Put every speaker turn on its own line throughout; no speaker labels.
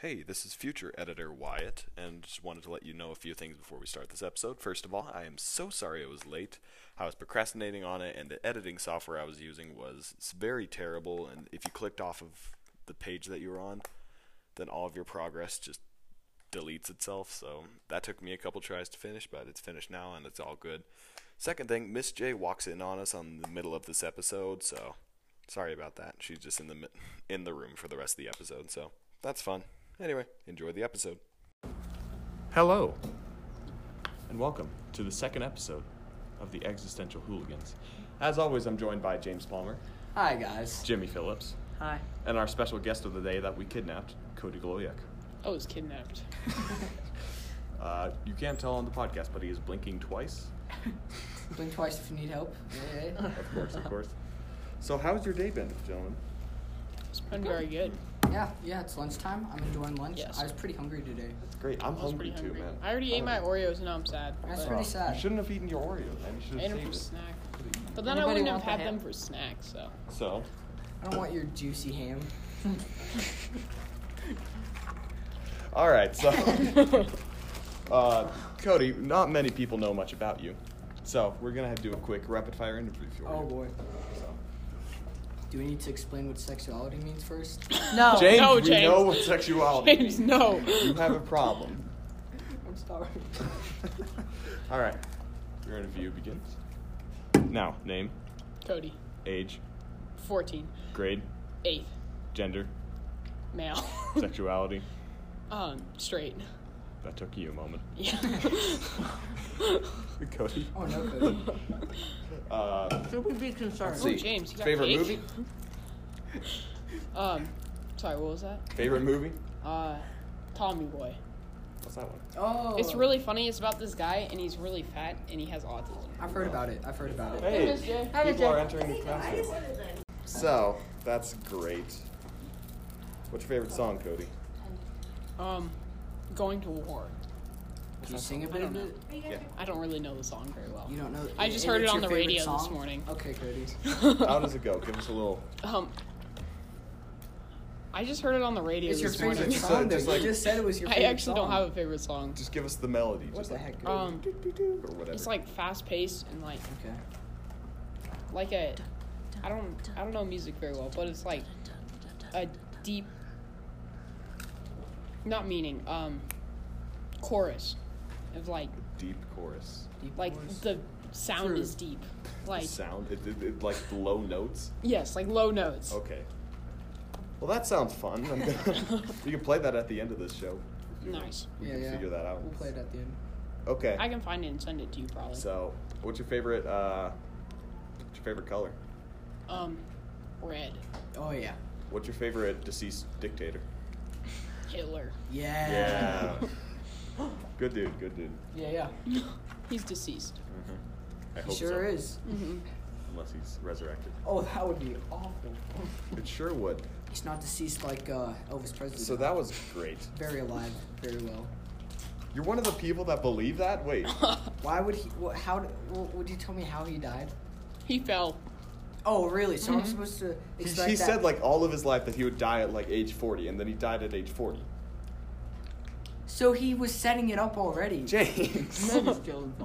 Hey, this is future editor Wyatt, and just wanted to let you know a few things before we start this episode. First of all, I am so sorry I was late. I was procrastinating on it, and the editing software I was using was s- very terrible. And if you clicked off of the page that you were on, then all of your progress just deletes itself. So that took me a couple tries to finish, but it's finished now, and it's all good. Second thing, Miss J walks in on us on the middle of this episode, so sorry about that. She's just in the mi- in the room for the rest of the episode, so that's fun. Anyway, enjoy the episode.
Hello, and welcome to the second episode of the Existential Hooligans. As always, I'm joined by James Palmer,
Hi guys.
Jimmy Phillips,
Hi.
and our special guest of the day that we kidnapped, Cody Goloyek.
I was kidnapped.
Uh, you can't tell on the podcast, but he is blinking twice.
Blink twice if you need help. Yeah.
Of course, of course. So, how's your day been, gentlemen?
It's been very good.
Yeah, yeah, it's lunchtime. I'm enjoying lunch.
Yes.
I was pretty hungry today.
Great. I'm
I was
hungry,
pretty hungry.
too, man.
I already ate my Oreos and now I'm sad.
That's
but
pretty
Oh,
sad.
You shouldn't have eaten your Oreos, man. You should
I
have
ate them for
saved it.
snack. But then
Anybody
I wouldn't have
want the
had
ham?
them for snacks, so.
So,
I don't want your juicy ham.
all right. So, uh, Cody, not many people know much about you, so we're gonna have to do a quick rapid fire interview for you.
Oh boy. Do we need to explain what sexuality means first?
No.
James,
Oh. No,
we
James.
know what sexuality.
James, no.
is. You have a problem.
I'm sorry.
All right. Your interview begins. Now, name,
Cody,
age,
14,
grade,
8th,
gender,
male.
sexuality.
um, straight.
That took you a moment.
Yeah.
Cody.
Oh no, Cody.
Uh,
Should we be concerned?
let's
Ooh,
see.
Oh, James, you got
favorite
cake?
movie.
um, sorry, what was that?
Favorite movie.
Uh, Tommy Boy.
What's that one?
Oh.
It's really funny. It's about this guy, and he's really fat, and he has autism.
I've heard about it. I've heard about it.
Hey,
Miss J.
Hi, Miss
people are
J.
entering the classroom. So that's great. What's your favorite song, Cody?
Um, going to war.
Can you sing a
I
bit
don't
of
know.
it?
I don't really know the song very well.
You don't know.
I just
and
heard
it's
it on
your
the
favorite
radio this
song?
morning.
Okay, Cody.
How does it go? Give us a little.
Um, I just heard it on the radio
It's your
this
favorite
morning.
Just, uh,
song. though.
just like-
you just said it was your
I
favorite
actually don't
song.
have a favorite song.
Just give us the melody.
What
just
the
like,
heck? Cody?
Um,
doo-doo-doo, or whatever.
it's like fast paced and like
Okay.
like a I don't I don't know music very well, but it's like a deep, not meaning um, chorus of like
deep chorus.
Deep
like
voice.
the sound
True.
is deep, like
sound. It, it, it, like low notes.
yes, like low notes.
Okay. Well, that sounds fun. I'm gonna, you can play that at the end of this show. if you want.
Nice.
We
yeah,
can
yeah.
figure that out.
We'll play it at the end.
Okay.
I can find it and send it to you probably.
So, what's your favorite? Uh, what's your favorite color?
Um, red
Oh yeah.
What's your favorite deceased dictator?
Hitler.
Yeah.
Yeah. good dude. Good dude.
Yeah, yeah.
He's deceased.
I
He
hope
sure
so,
is.
Unless he's resurrected.
Oh, that would be awful.
It sure would.
He's not deceased like uh, Elvis Presley.
So
though.
that was great.
very alive, very well.
You're one of the people that believe that. Wait.
Why would he? What, how? d- What, would you tell me how he died?
He fell.
Oh, really? So I'm supposed to
He,
expect
he
that?
said like all of his life that he would die at like age 40, and then he died at age 40.
So he was setting it up already.
James.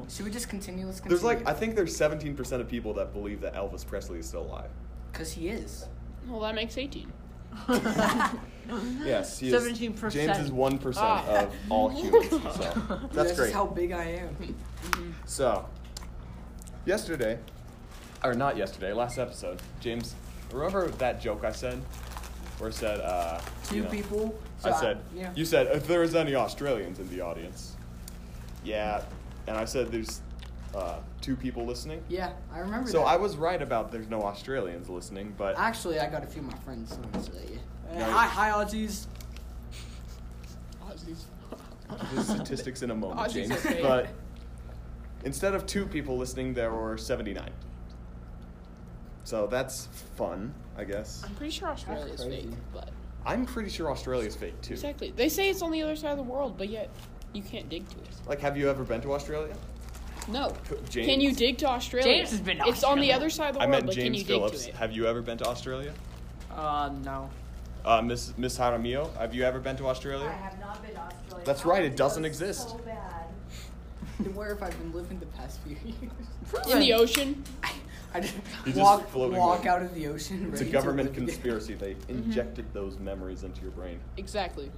Should we just continue? Let's continue.
there's like I think there's 17% of people that believe that Elvis Presley is still alive.
because he is.
Well, that makes 18.
Yes, he is-
17%.
James is 1%
Ah.
of all humans. So that's
This
great.
is how big I am.
So, yesterday, or not yesterday, last episode, James, remember that joke I said? Where I said, uh,
Two
you know,
people. so
I said,
yeah.
you said, if there was any Australians in the audience. Yeah, and I said, there's uh, two people listening.
yeah, I remember.
So
that.
I was right about there's no Australians listening, but
Actually, I got a few of my friends. So I'm gonna say, yeah.
No,
Uh,
you-
hi, hi, Aussies.
Aussies.
the statistics in a moment,
Aussies
James.
are fake.
But instead of two people listening, there were 79. So that's fun, I guess.
I'm pretty sure Australia is
crazy.
fake, but
I'm pretty sure Australia's fake too.
exactly. They say it's on the other side of the world, but yet you can't dig to it.
Like, have you ever been to Australia?
No.
C- James.
Can you dig to Australia?
James has been to
It's on the
Australia.
other side of the
I
world,
meant
but can
James
you
Phillips.
dig to it?
Have you ever been to Australia?
Uh, no.
Uh, Miss Miss Jaramillo, have you ever been to Australia?
I have not been to Australia.
That's
I
right,
want
it
to go
doesn't exist.
So bad.
Then where have I been living the past few years?
In the ocean?
I, I just
You're just
walk,
floating
walk
there.
out of the ocean.
It's a
ready to
government
live again.
conspiracy. They
Mm-hmm.
injected those memories into your brain.
Exactly.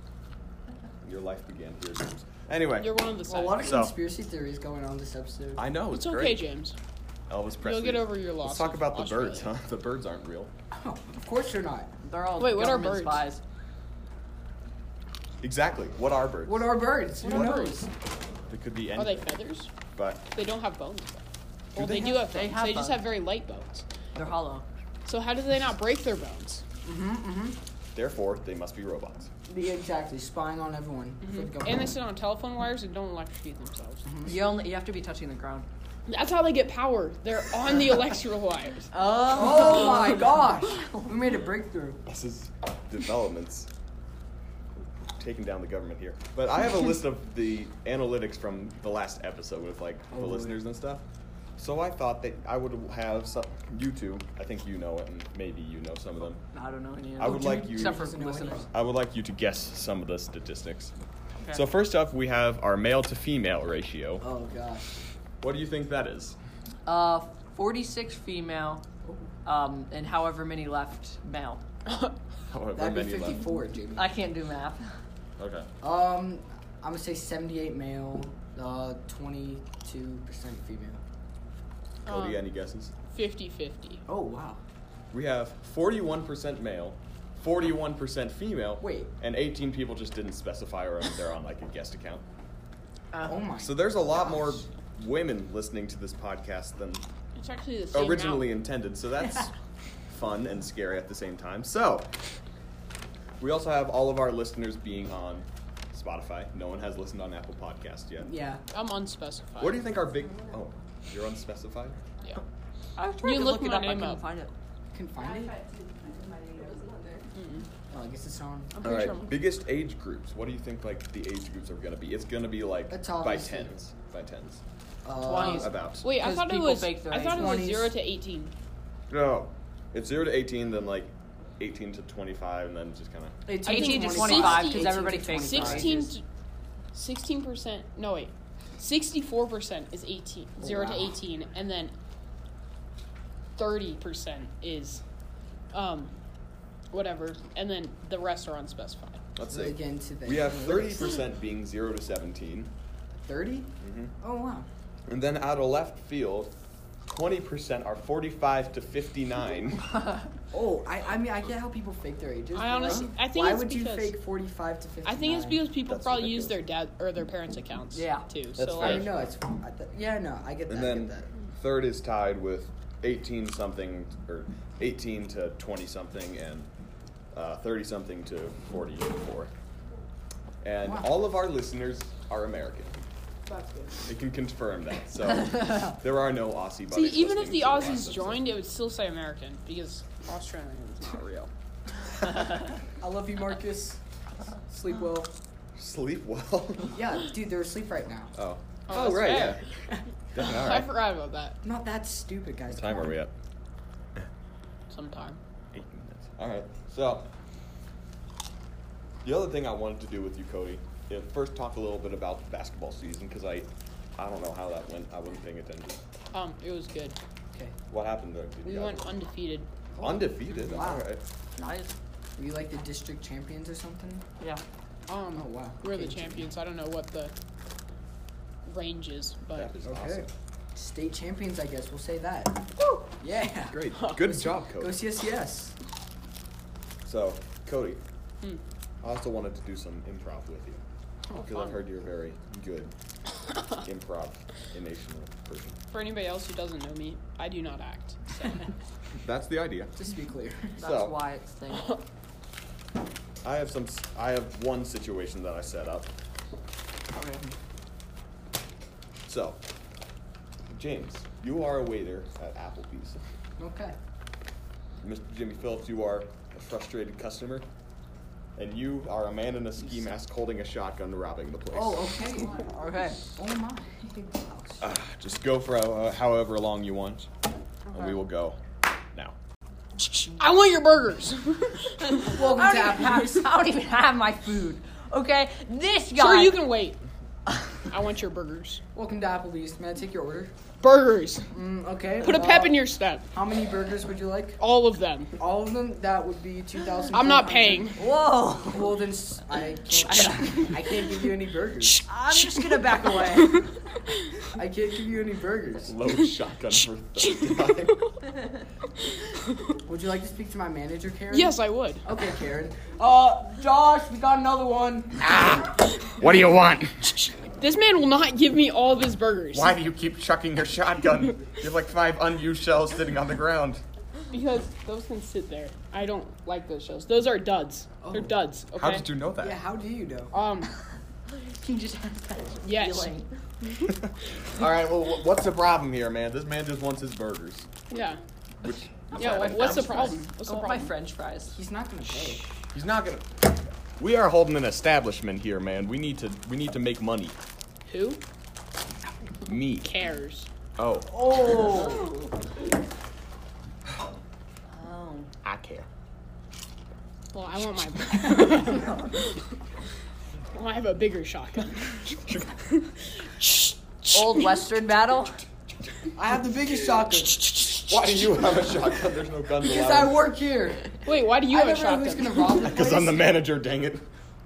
Your life began here. James. Anyway,
You're one of the
Well, a lot of
side.
So-
conspiracy theories going on this episode.
I know
It's
it's,
okay,
great.
James.
Elvis Presley.
get over your
Let's
loss
talk
of
about the
Australia.
birds, huh? The birds aren't real.
Oh, of course you're not.
They're all
Wait, what are
government
birds?
spies.
Exactly. What are birds?
What are birds? Who
What are
knows?
birds?
They could be
Are they
anything.
feathers?
But
They don't have bones. though. Well,
they
they, do have
they
bones.
have
they just
bones.
have very light bones.
They're hollow.
So how do they not break their bones?
therefore, they must be robots.
The- exactly, spying on everyone. for the
Mm-hmm. And they
government.
sit on telephone wires and don't electrocute themselves.
You only you have to be touching the ground.
That's how they get power. They're on the electrical wires.
Oh,
Oh my gosh! We made a breakthrough.
This is developments taking down the government here. But I have a list of the analytics from the last episode with like the
Oh, really?
listeners and stuff. So I thought that I would have some. You two, I think you know it, and maybe you know some of them.
I don't know any of
I
them.
would like you.
Except for
Doesn't know any.
listeners.
I would like you to guess some of the statistics. So first up, we have our male to female ratio.
Oh gosh.
What do you think that is?
Uh, 46 female, um, and however many left male.
However
That'd be
many left.
54, Jamie.
I can't do math.
Okay.
Um, I'm gonna say 78 male, uh, 22% female.
Cody, any guesses?
50-50.
Oh wow.
We have 41% male, 41% female.
Wait.
And 18 people just didn't specify or they're on like a guest account.
Uh,
Oh my.
So there's a lot more women listening to this podcast than
It's actually the same
originally
amount.
intended. So that's fun and scary at the same time. So we also have all of our listeners being on Spotify. No one has listened on Apple Podcast yet.
Yeah.
I'm unspecified.
What do you think our big Oh, you're unspecified?
Yeah.
I was trying
You
to
looked
look it
my
up. I
name
couldn't
up.
find it.
Can
I
find it.
tried to find my name. It wasn't on there.
Oh, I guess it's on.
I'm
All
pretty
right,
sure I'm
biggest age groups. What do you think like the age groups are gonna be? It's gonna be like
That's
by
obvious.
tens, by tens.
Uh,
Twenties.
About.
Wait, I
'Cause
thought it
people
was
bake their
I thought it was
20s.
0 to 18.
No, it's zero to eighteen, then like eighteen to twenty-five, and then just kind of.
18
25,
to
'cause
25, because everybody fakes
16 to 16% No, wait. 64% is 18.
Oh,
0 to
wow.
18 and then 30% is um whatever and then the rest are unspecified.
Let's see.
Again to the
We have thirty percent being zero to seventeen,
30?
Mm-hmm.
Oh wow.
and then out of left field, twenty percent are forty-five to fifty-nine.
Oh, I, I mean I get how people fake their ages.
I
but, like,
honestly- I think
why
it's
would
because-
you fake 45 to 50?
I think it's because people
That's
probably use their dad or their parents' accounts
Yeah.
too.
That's
so
fair.
I
like
mean, no, it's I th- yeah no I get that.
and
I get
then
that.
third is tied with eighteen something or eighteen to twenty something and uh, thirty something to forty-four. And
Wow.
all of our listeners are American. That's good. It can confirm that. So there are no Aussie
See,
buddies.
even if
listening
the
to last
Aussies
episode.
joined, it would still say American because Australian is not real.
I love you, Marcus. Sleep well.
Sleep well.
Yeah, dude, they're asleep right now.
oh. Oh,
that's
right,
fair.
yeah. Damn, all
I
right.
forgot about that.
I'm not that stupid, guys.
What time
Come
are
on.
we at?
Sometime.
Eight minutes. All right. So the other thing I wanted to do with you, Cody, is first talk a little bit about the basketball season because I, I don't know how that went. I wasn't paying attention.
Um, it was good.
Okay.
What happened there? Did you
We
guys-
went undefeated.
undefeated.
Wow.
All right.
Nice.
Were you like the district champions or something?
Yeah.
Um,
Oh, wow.
we're the
Okay.
champions. I don't know what the range is, but
That is
Okay.
awesome.
State champions, I guess. We'll say that. Yeah.
Great. Good job,
Go
Cody.
CSCS.
So, Cody,
Hmm.
I also wanted to do some improv with you
Oh,
because I've
fun.
heard you're a very good improv emotional person.
for anybody else who doesn't know me, I do not act. So.
That's the idea.
Just to be clear.
That's
So-
why it's thing.
I have some. s- I have one situation that I set up.
Okay.
So, James, you are a waiter at Applebee's.
Okay.
Mr. Jimmy Phillips, you are a frustrated customer. And you are a man in a ski mask holding a shotgun robbing the place.
Oh, okay.
Okay.
Oh my.
Ah, just go for uh, however long you want, and we will go now.
I want your burgers.
Welcome
I
to
don't, even
Applebee's.
have, I don't even have my food. Okay, this guy.
Sir, you can wait. I want your burgers.
Welcome to Applebee's. May I take your order?
Burgers.
Mm, okay.
Put a
uh,
pep in your step.
How many burgers would you like?
All of them.
All of them. That would be two thousand.
I'm not paying.
Whoa!
Well then, s- I can't, I can't give you any burgers.
I'm just gonna back away.
I can't give you any burgers.
Low shotgun for 35.
Would you like to speak to my manager, Karen?
Yes, I would.
Okay, Karen. Uh, Josh, we got another one.
What do you want?
This man will not give me all of his burgers.
Why do you keep chucking your shotgun? You have like five unused shells sitting on the ground.
Because those can sit there. I don't like those shows. Those are duds. They're duds. Okay.
How did you know that?
Yeah, Oh. how do you know?
um.
you just have that
Yes.
feeling.
All right, well, wh- what's the problem here, man? This man just wants his burgers.
Yeah.
Which
Yeah. What, what's the problem? What's the
I want Oh, my
problem?
French fries.
He's not gonna pay.
he's not gonna. We are holding an establishment here, man. We need to we need to make money.
Who
Me.
cares?
Oh,
Oh,
Oh.
I care.
Well, I want my. well, I have a bigger shotgun.
Old Western battle.
I have the biggest shotgun
Why do you have a shotgun? There's no guns
because I
allowed.
work here.
Wait, why do you
I
have a
never know who's
shotgun?
gonna rob the
Because
place.
I'm the manager. Dang it!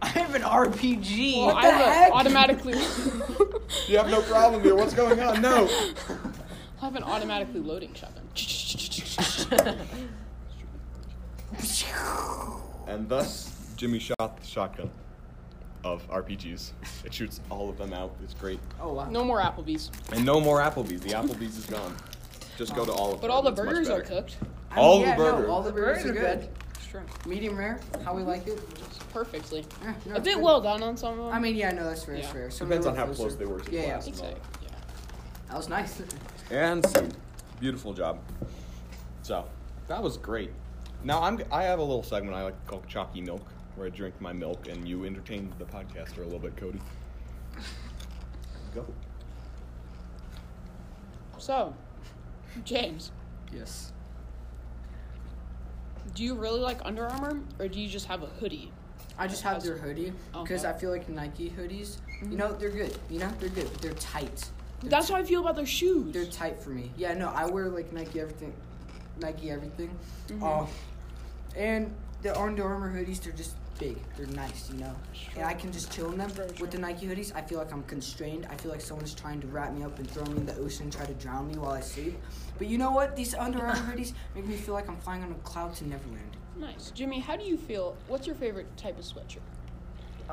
I have an RPG.
Well,
What
I
the
have a-
heck?
automatically.
You have no problem here. What's going on? No.
I have an automatically loading shotgun.
And thus, Jimmy shot the shotgun of RPGs. It shoots all of them out. It's great.
oh wow.
No more Applebee's.
And no more Applebee's. The Applebee's is gone. Just go to all of them.
But all the
It's much
burgers are
better.
cooked.
I
all the
yeah, no,
burgers.
all the burgers are good.
Sure.
Medium rare. How we like it?
Perfectly.
Eh, no,
A
it's
bit
good.
well done on some of them.
I mean, yeah, no, that's rare. That's
Yeah.
rare. Some
Depends
were
on how close
closer.
they were to the
yeah,
glass.
yeah.
Exactly. Yeah.
That was nice.
and soup. Beautiful job. So that was great. Now I'm I have a little segment I like to call Chalky Milk, where I drink my milk and you entertain the podcaster a little bit, Cody. Go.
So, James,
yes.
do you really like Under Armour, or do you just have a hoodie?
I just have their hoodie because
Okay.
I feel like Nike hoodies. You know, they're good. You know, they're good. They're tight.
That's how I feel about their shoes.
They're tight for me. Yeah, no, I wear like Nike everything, Nike everything. Uh, and the Under Armour hoodies, they're just big. They're nice, you know. And I can just chill in them. With the Nike hoodies, I feel like I'm constrained. I feel like someone's trying to wrap me up and throw me in the ocean and try to drown me while I sleep. But you know what? These Under Armour hoodies make me feel like I'm flying on a cloud to Neverland.
nice. Jimmy, how do you feel? What's your favorite type of sweatshirt?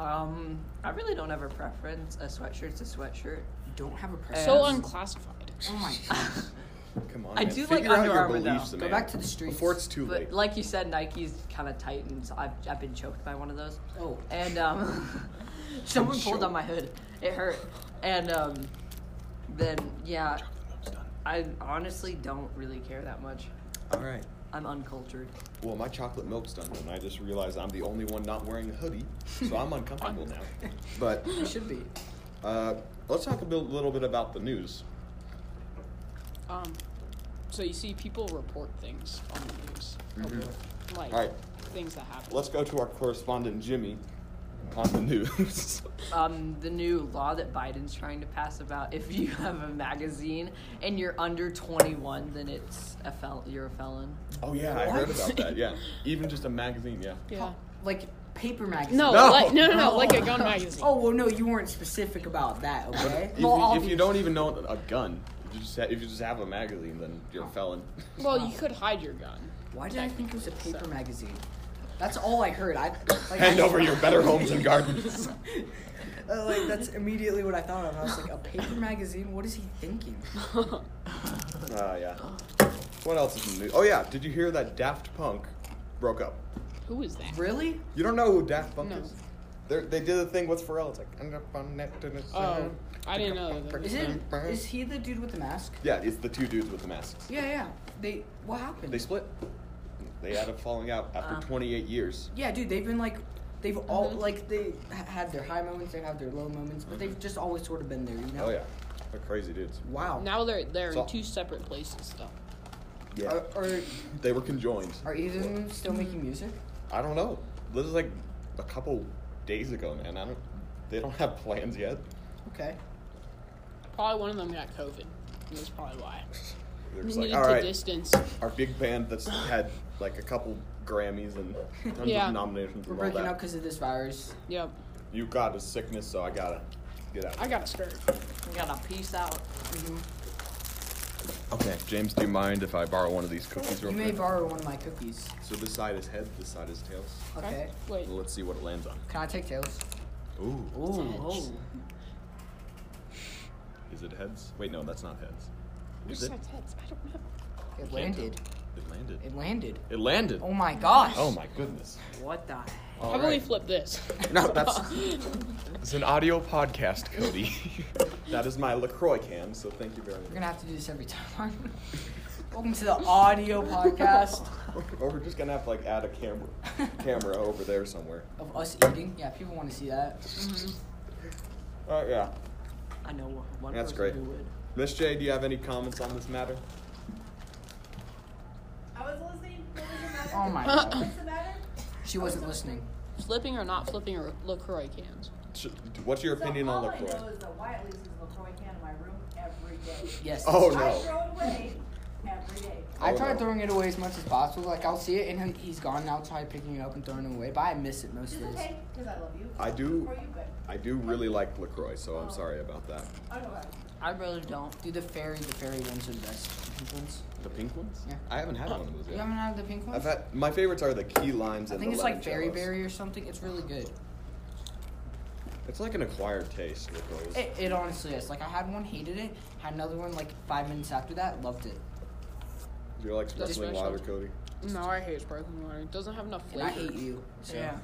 Um, I really don't have a preference. A sweatshirt's a sweatshirt.
You don't have a preference.
So unclassified.
oh my god.
Come on.
I
man.
do
Figure
like
out
Under
your
Armour,
beliefs,
though.
man.
Go back to the streets.
before it's too late.
But like you said, Nike's kind of tight, and so I've I've been choked by one of those.
Oh.
And um, someone pulled on my hood. It hurt. And um, then yeah, I honestly don't really care that much.
All right.
I'm uncultured.
Well, my chocolate milk's done, and I just realized I'm the only one not wearing a hoodie, so I'm uncomfortable now. But
It should be.
uh, let's talk a bit- little bit about the news.
Um, so you see people report things on the news, like
All right.
things that happen.
Let's go to our correspondent Jimmy on the news.
um, the new law that Biden's trying to pass about if you have a magazine and you're under 21, then it's a fel- you're a felon.
oh yeah, I heard about that. Yeah, even just a magazine. Yeah.
yeah.
Like paper magazine.
No,
No.
Like, no, no, no, like a gun magazine.
Oh well, no, you weren't specific about that, okay?
If,
Well,
you, if you don't even know a gun, if you just ha- if you just have a magazine, then you're a felon.
Well, you could hide your gun.
e-
Why did I think it was a paper magazine? That's all I heard. I like,
Hand
I-
over your better homes and gardens.
Uh, like that's immediately what I thought of. I was like, a paper magazine. What is he thinking?
Ah, yeah. What else is in the news? Oh yeah, did you hear that Daft Punk broke up?
Who is that?
Really?
You don't know who Daft Punk
No.
is? They're, they did the thing with Pharrell. It's like end up on net to the
Oh,
sun.
I didn't know that.
Is it? Is he the dude with the mask?
Yeah, it's the two dudes with the masks.
Yeah, yeah. They. What happened?
They split. They had a falling out after
Ah.
28 years.
yeah, dude. They've been like, they've all like they ha- had their high moments. They have their low moments, but they've just always sort of been there, you know?
Oh yeah, they're Oh, crazy dudes.
Wow.
Now they're they're
So-
in two separate places though.
Yeah.
Are, are,
Uh, They were conjoined.
are either of them still making music?
I don't know. This is like a couple days ago, man. I don't. They don't have plans yet.
Okay.
Probably one of them got COVID. and That's probably why.
They're
We
just like,
needed
all
to
right,
distance.
our big band that's had like a couple Grammys and tons
Yeah.
of nominations and
We're
all
breaking
that.
up because of this virus.
Yep.
you got a sickness, so I gotta get out.
I got a skirt.
We gotta peace out.
Okay, James, do you mind if I borrow one of these cookies
You
real
may
quick?
borrow one of my cookies.
so this side is head, this side is tails.
Okay.
Wait.
Let's see what it lands on.
Can I take tails?
Ooh,
Ooh.
Oh,
is it heads? Wait, no, that's not heads. Is it?
Besides heads, I don't know.
It landed.
It landed.
It landed.
It landed.
Oh my gosh.
Oh my goodness.
what the?
All
How about we
right.
flip this?
No, that's it's an audio podcast, Cody. that is my Lacroix can, so thank you very
We're
much.
gonna have to do this every time. aren't we? Welcome to the audio podcast
Or we're just gonna have to like add a camera, camera over there somewhere.
of us eating. Yeah, people want to see that.
Oh yeah.
I know one
That's
person
great.
who would.
Miss J, do you have any comments on this matter?
I was listening. What was the matter?
Oh my god.
What's the matter?
She wasn't listening.
Flipping or not flipping or LaCroix cans?
Sh- What's your opinion
so
on
all I know
Lacroix?
is that Wyatt leaves his LaCroix can in my room every day.
Yes.
Oh
I
no.
throw it away every day.
I
Oh,
try
no.
throwing it away as much as possible. Like I'll see it and he'll- he's gone, and I'll try picking it up and throwing it away. But I miss it most
It's
days.
okay, because I love you.
I do,
Or you good.
I do really like Lacroix, so
Oh.
I'm sorry about that.
Oh, I don't know.
I really don't.
Do the fairy, the fairy ones are the best. The pink ones.
The pink ones?
Yeah.
I haven't had one of those
You
yet.
haven't had the pink ones?
I've had my favorites are the key limes
I
and
think
the
it's like fairy
limoncellos.
berry or something. It's really good.
It's like an acquired taste. Lacroix.
It, it honestly is. Like I had one, hated it. Had another one like five minutes after that, loved it.
You're like
That's
sparkling
special.
water, Cody.
No, I hate sparkling water. It doesn't have enough
And
flavor.
I hate you. So.
Yeah.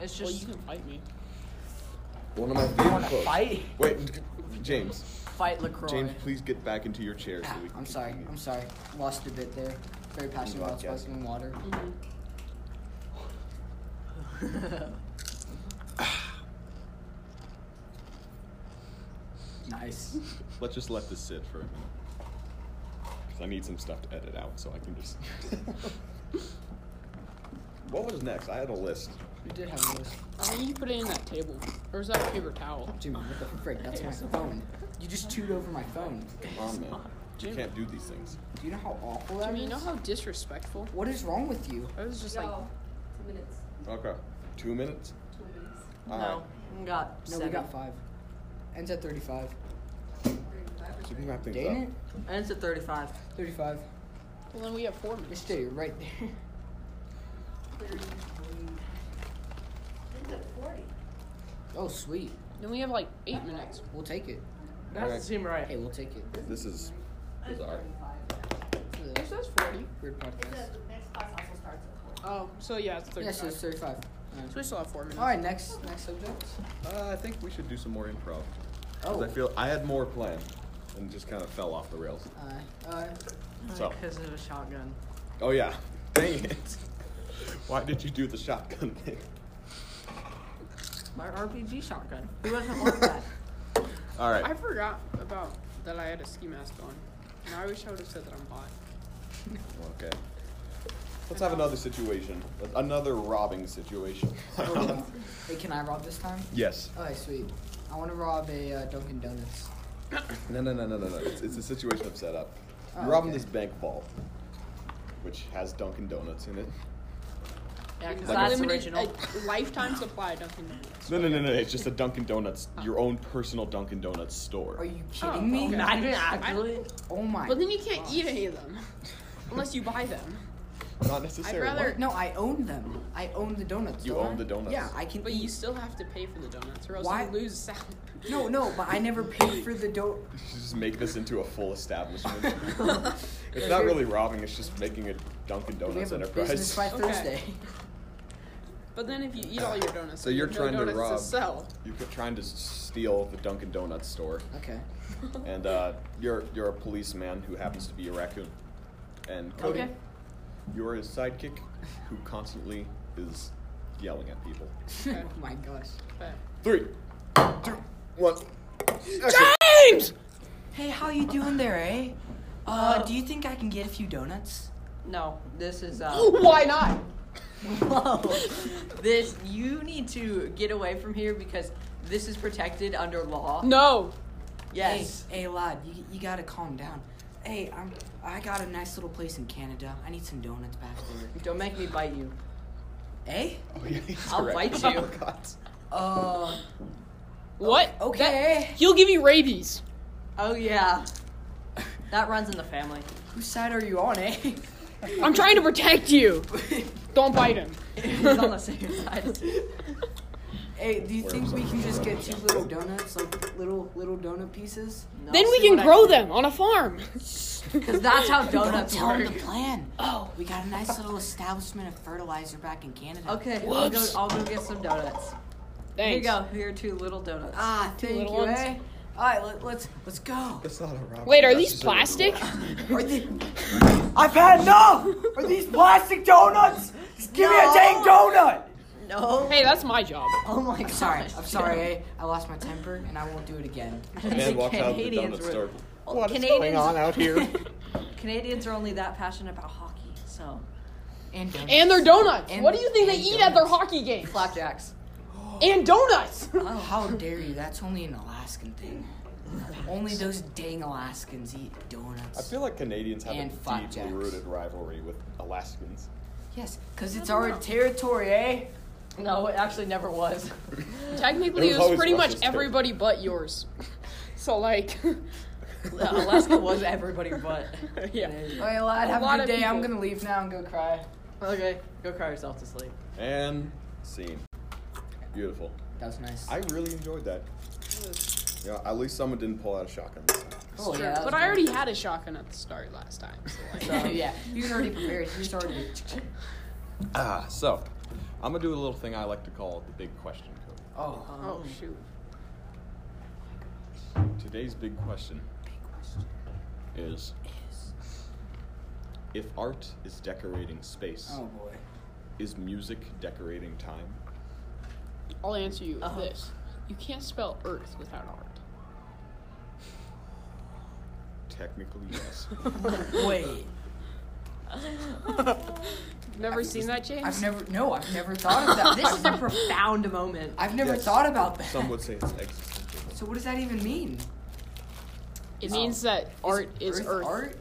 It's
Well,
just
you can fight me.
One of my favorite quotes.
fight,
Wait, James.
fight Lacroix.
James, please get back into your chair so
Ah,
we can.
I'm sorry.
continue.
I'm sorry. Lost a bit there. Very passionate about
Podcast. Mm-hmm.
sparkling water. Nice.
Let's just let this sit for a minute. 'Cause I need some stuff to edit out, so I can just. what was next? I had a list.
We did have a list.
I think you put it in that table. Or is that a paper towel?
Jimmy, what the frick? That's my phone. You just chewed over my phone.
Come on, man. You can't do these things.
Do you know how awful that is?
Jimmy, you know how disrespectful?
What is wrong with you?
I was just like,
Y'all, two minutes.
Okay. Two minutes.
Two minutes.
All
no,
right.
we got
No,
seven.
we got five. Ends at 35.
So we can wrap things
Dang
up.
it.
And it's a 35.
35.
well, then we have four minutes.
Just stay right there.
It's at 40.
Oh, sweet.
Then we have like eight minutes.
We'll take it.
That doesn't seem right.
Hey, we'll take it.
This is bizarre.
This is
It
a
says 40.
Weird
It
podcast.
says the next class also starts at 40.
Oh, so yeah, it's 35.
Yeah, so it's 35.
so we still have four minutes.
All right, next next subject.
Uh, I think we should do some more improv. 'Cause
Oh,
I feel I had more planned, and just kind of fell off the rails.
uh, uh,
So.
Because of a shotgun.
Oh yeah. Dang it. Why did you do the shotgun thing?
My RPG shotgun. Who doesn't want that?
All right.
I forgot about that I had a ski mask on. And I wish I would have said that I'm hot.
Okay. Let's have another situation. Another robbing situation.
hey, can I rob this time?
yes.
All right, sweet. I want to rob a uh, Dunkin' Donuts.
No, no, no, no, no, no. It's, it's a situation I've set up. You're
Oh,
robbing
okay.
this bank vault, which has Dunkin' Donuts in it.
Yeah, because
Like
that's
Limited-
original.
a lifetime supply of Dunkin' Donuts.
No, no, no, no. It's just a Dunkin' Donuts, your own personal Dunkin' Donuts store.
Are you
Oh,
kidding me?
okay.
Not even actually.
Oh my.
But then you can't eat any of them. Unless you buy them.
Not necessarily.
rather-
no, I own them. I own the donuts.
You
don't
own
I?
the donuts.
Yeah, I can.
But
eat-
you still have to pay for the donuts or else
Why-
you lose salad.
No, no, but I never paid for the donut.
You should just make this into a full establishment. it's not really robbing. It's just making a Dunkin'
We
Donuts
have a business
enterprise.
by
Okay.
Thursday.
But then if you eat all your donuts,
So
you
you're
have
trying to
no donuts
rob-
to sell.
You're trying to steal the Dunkin' Donuts store.
Okay.
and uh, you're you're a policeman who happens to be a raccoon, and Cody,
Okay.
you're his sidekick who constantly is yelling at people.
oh my gosh.
But
Three, two, one. Action.
Uh,
Hey, how you doing there, eh? Uh, do you think I can get a few donuts?
No, this is uh
Why not?
Whoa. This you need to get away from here because this is protected under law.
No.
Yes.
Hey, hey lad, you, you gotta calm down. Hey, I'm, I got a nice little place in Canada. I need some donuts back there. Eh?
Don't make me bite you.
Hey?
I'll bite you.
Oh
Uh,
What?
Oh, okay.
That- he'll give you rabies.
Oh yeah. That runs in the family.
whose side are you on, eh?
I'm trying to protect you. Don't bite him.
He's on the same side. as me.
hey, do you think we can just get two little donuts, like little little donut pieces?
No,
then we
see
can
what I
grow
did?
them on a farm.
Cause that's how donuts
Tell 'em
work.
the plan.
Oh.
We got a nice little establishment of fertilizer back in Canada.
Okay, I'll go,
Whoops.
I'll go get some donuts. Here you
Thanks.
go. Here are two little donuts.
Ah, thank
little
you,
ones.
eh? All right, let, let's let's go.
That's not a robbery.
Wait, are
That's
these
just a regular
plastic?
Are they- I've had enough. Are these plastic donuts? Just give me a dang donut.
no.
Hey, that's my job.
Oh my god.
I'm sorry. I'm sorry. eh? I lost my temper, and I won't do it again.
The man walked out the donut
were-
store.
well, Canadians,
out here?
Canadians are only that passionate about hockey. So
And donuts.
And their donuts.
And-
what do you think they
and
eat at their
donuts.
hockey game?
flapjacks.
And donuts.
Oh, how dare you? That's only an Alaskan thing. Only those dang Alaskans eat
I
donuts.
feel like Canadians have
And
a
flapjacks.
deeply rooted rivalry with Alaskans.
Yes, because it's our territory, eh?
No, it actually never was.
Technically,
It was
it was,
always
pretty much
Russia's turn.
everybody but yours. So like,
Alaska was everybody but.
yeah.
All right, lad, have a,
lot
good
of
day. I'm
people-
gonna leave now and go cry.
Okay, go cry yourself to sleep.
And scene. Beautiful.
That was nice.
I really enjoyed that. Yeah, at least someone didn't pull out a shotgun. this time.
Oh
Sure, but I already had a shotgun at the start last time. So like,
yeah, you were already prepared. You started.
Ah, so I'm gonna do a little thing I like to call the big question code.
Oh,
oh shoot.
Um, Today's big question, is if art is decorating space,
oh boy.
is music decorating time?
I'll answer you with
Uh-huh.
this. You can't spell Earth without art.
Technically, yes.
Wait,
Never seen that, James.
I've never. No, I've never thought of that.
This is a profound moment.
I've never
Yes.
thought about that.
Some would say it's existential.
So what does that even mean?
it means that art is Earth.
Oh. Art.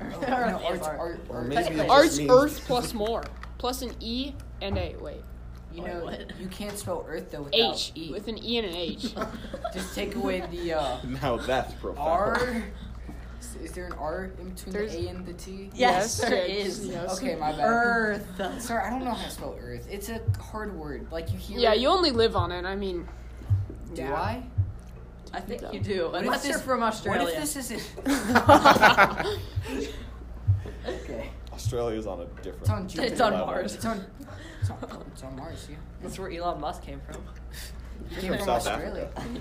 Oh, no,
is
art's
art.
art.
Or
art.
maybe it just
Art's
means-
Earth plus more, plus an E and a wait
You know,
What?
you can't spell Earth though without
H
E.
with an E and an H.
Just take away the uh,
Now that's profound.
R. Is- Is there an R in between
There's-
the A and the T?
Yes, there
James,
is.
yes.
Okay, my bad.
Earth.
Sorry, I don't know how to spell Earth. It's a hard word. Like you hear.
Yeah,
it,
you only live on it. I mean,
Do
yeah.
I?
I think you do.
What if
Unless
this-
you're from Australia.
What if this isn't? okay,
Australia's on a different.
it's on Jupiter.
it's on
Level.
Mars.
It's on. It's on, it's on Mars. Yeah.
That's where Elon Musk came from.
It came from
South
Australia.
Africa.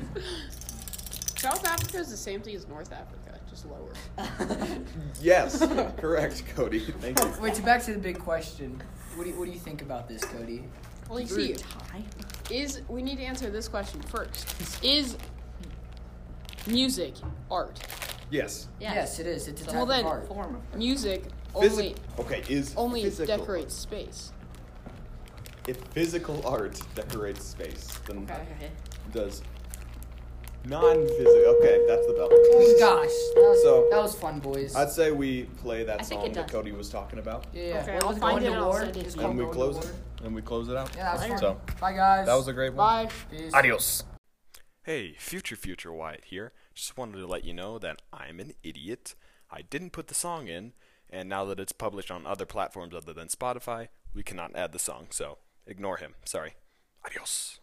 South Africa is the same thing as North Africa, just lower.
Uh,
Yes, correct, Cody. Thank you.
Wait, so back to the big question. What do you, what do you think about this, Cody?
Well, you see, is we need to answer this question first. Is music art?
Yes.
Yes, it is. It's a type
Well, then-
of art.
Form of
Music only
Physi- okay, is
only
physical.
decorates space.
If physical art decorates space, then
Okay.
does non-physical. Okay, that's the bell.
Oh gosh, that was,
So-
that was fun, boys.
I'd say we play that
I think
song
it
that
does.
Cody was talking about,
yeah, yeah.
Okay,
What
I'll
was it,
find
Going
it
to
and I'll
war?
send it
It's
to
called
and we
Going to
close
War?
it. And we close it out.
Yeah, that was fun.
So
Bye, guys.
that was a great one.
Bye.
Peace.
Adios.
Hey, future, future Wyatt here. Just wanted to let you know that I'm an idiot. I didn't put the song in, and now that it's published on other platforms other than Spotify, we cannot add the song, so ignore him. Sorry. Adios.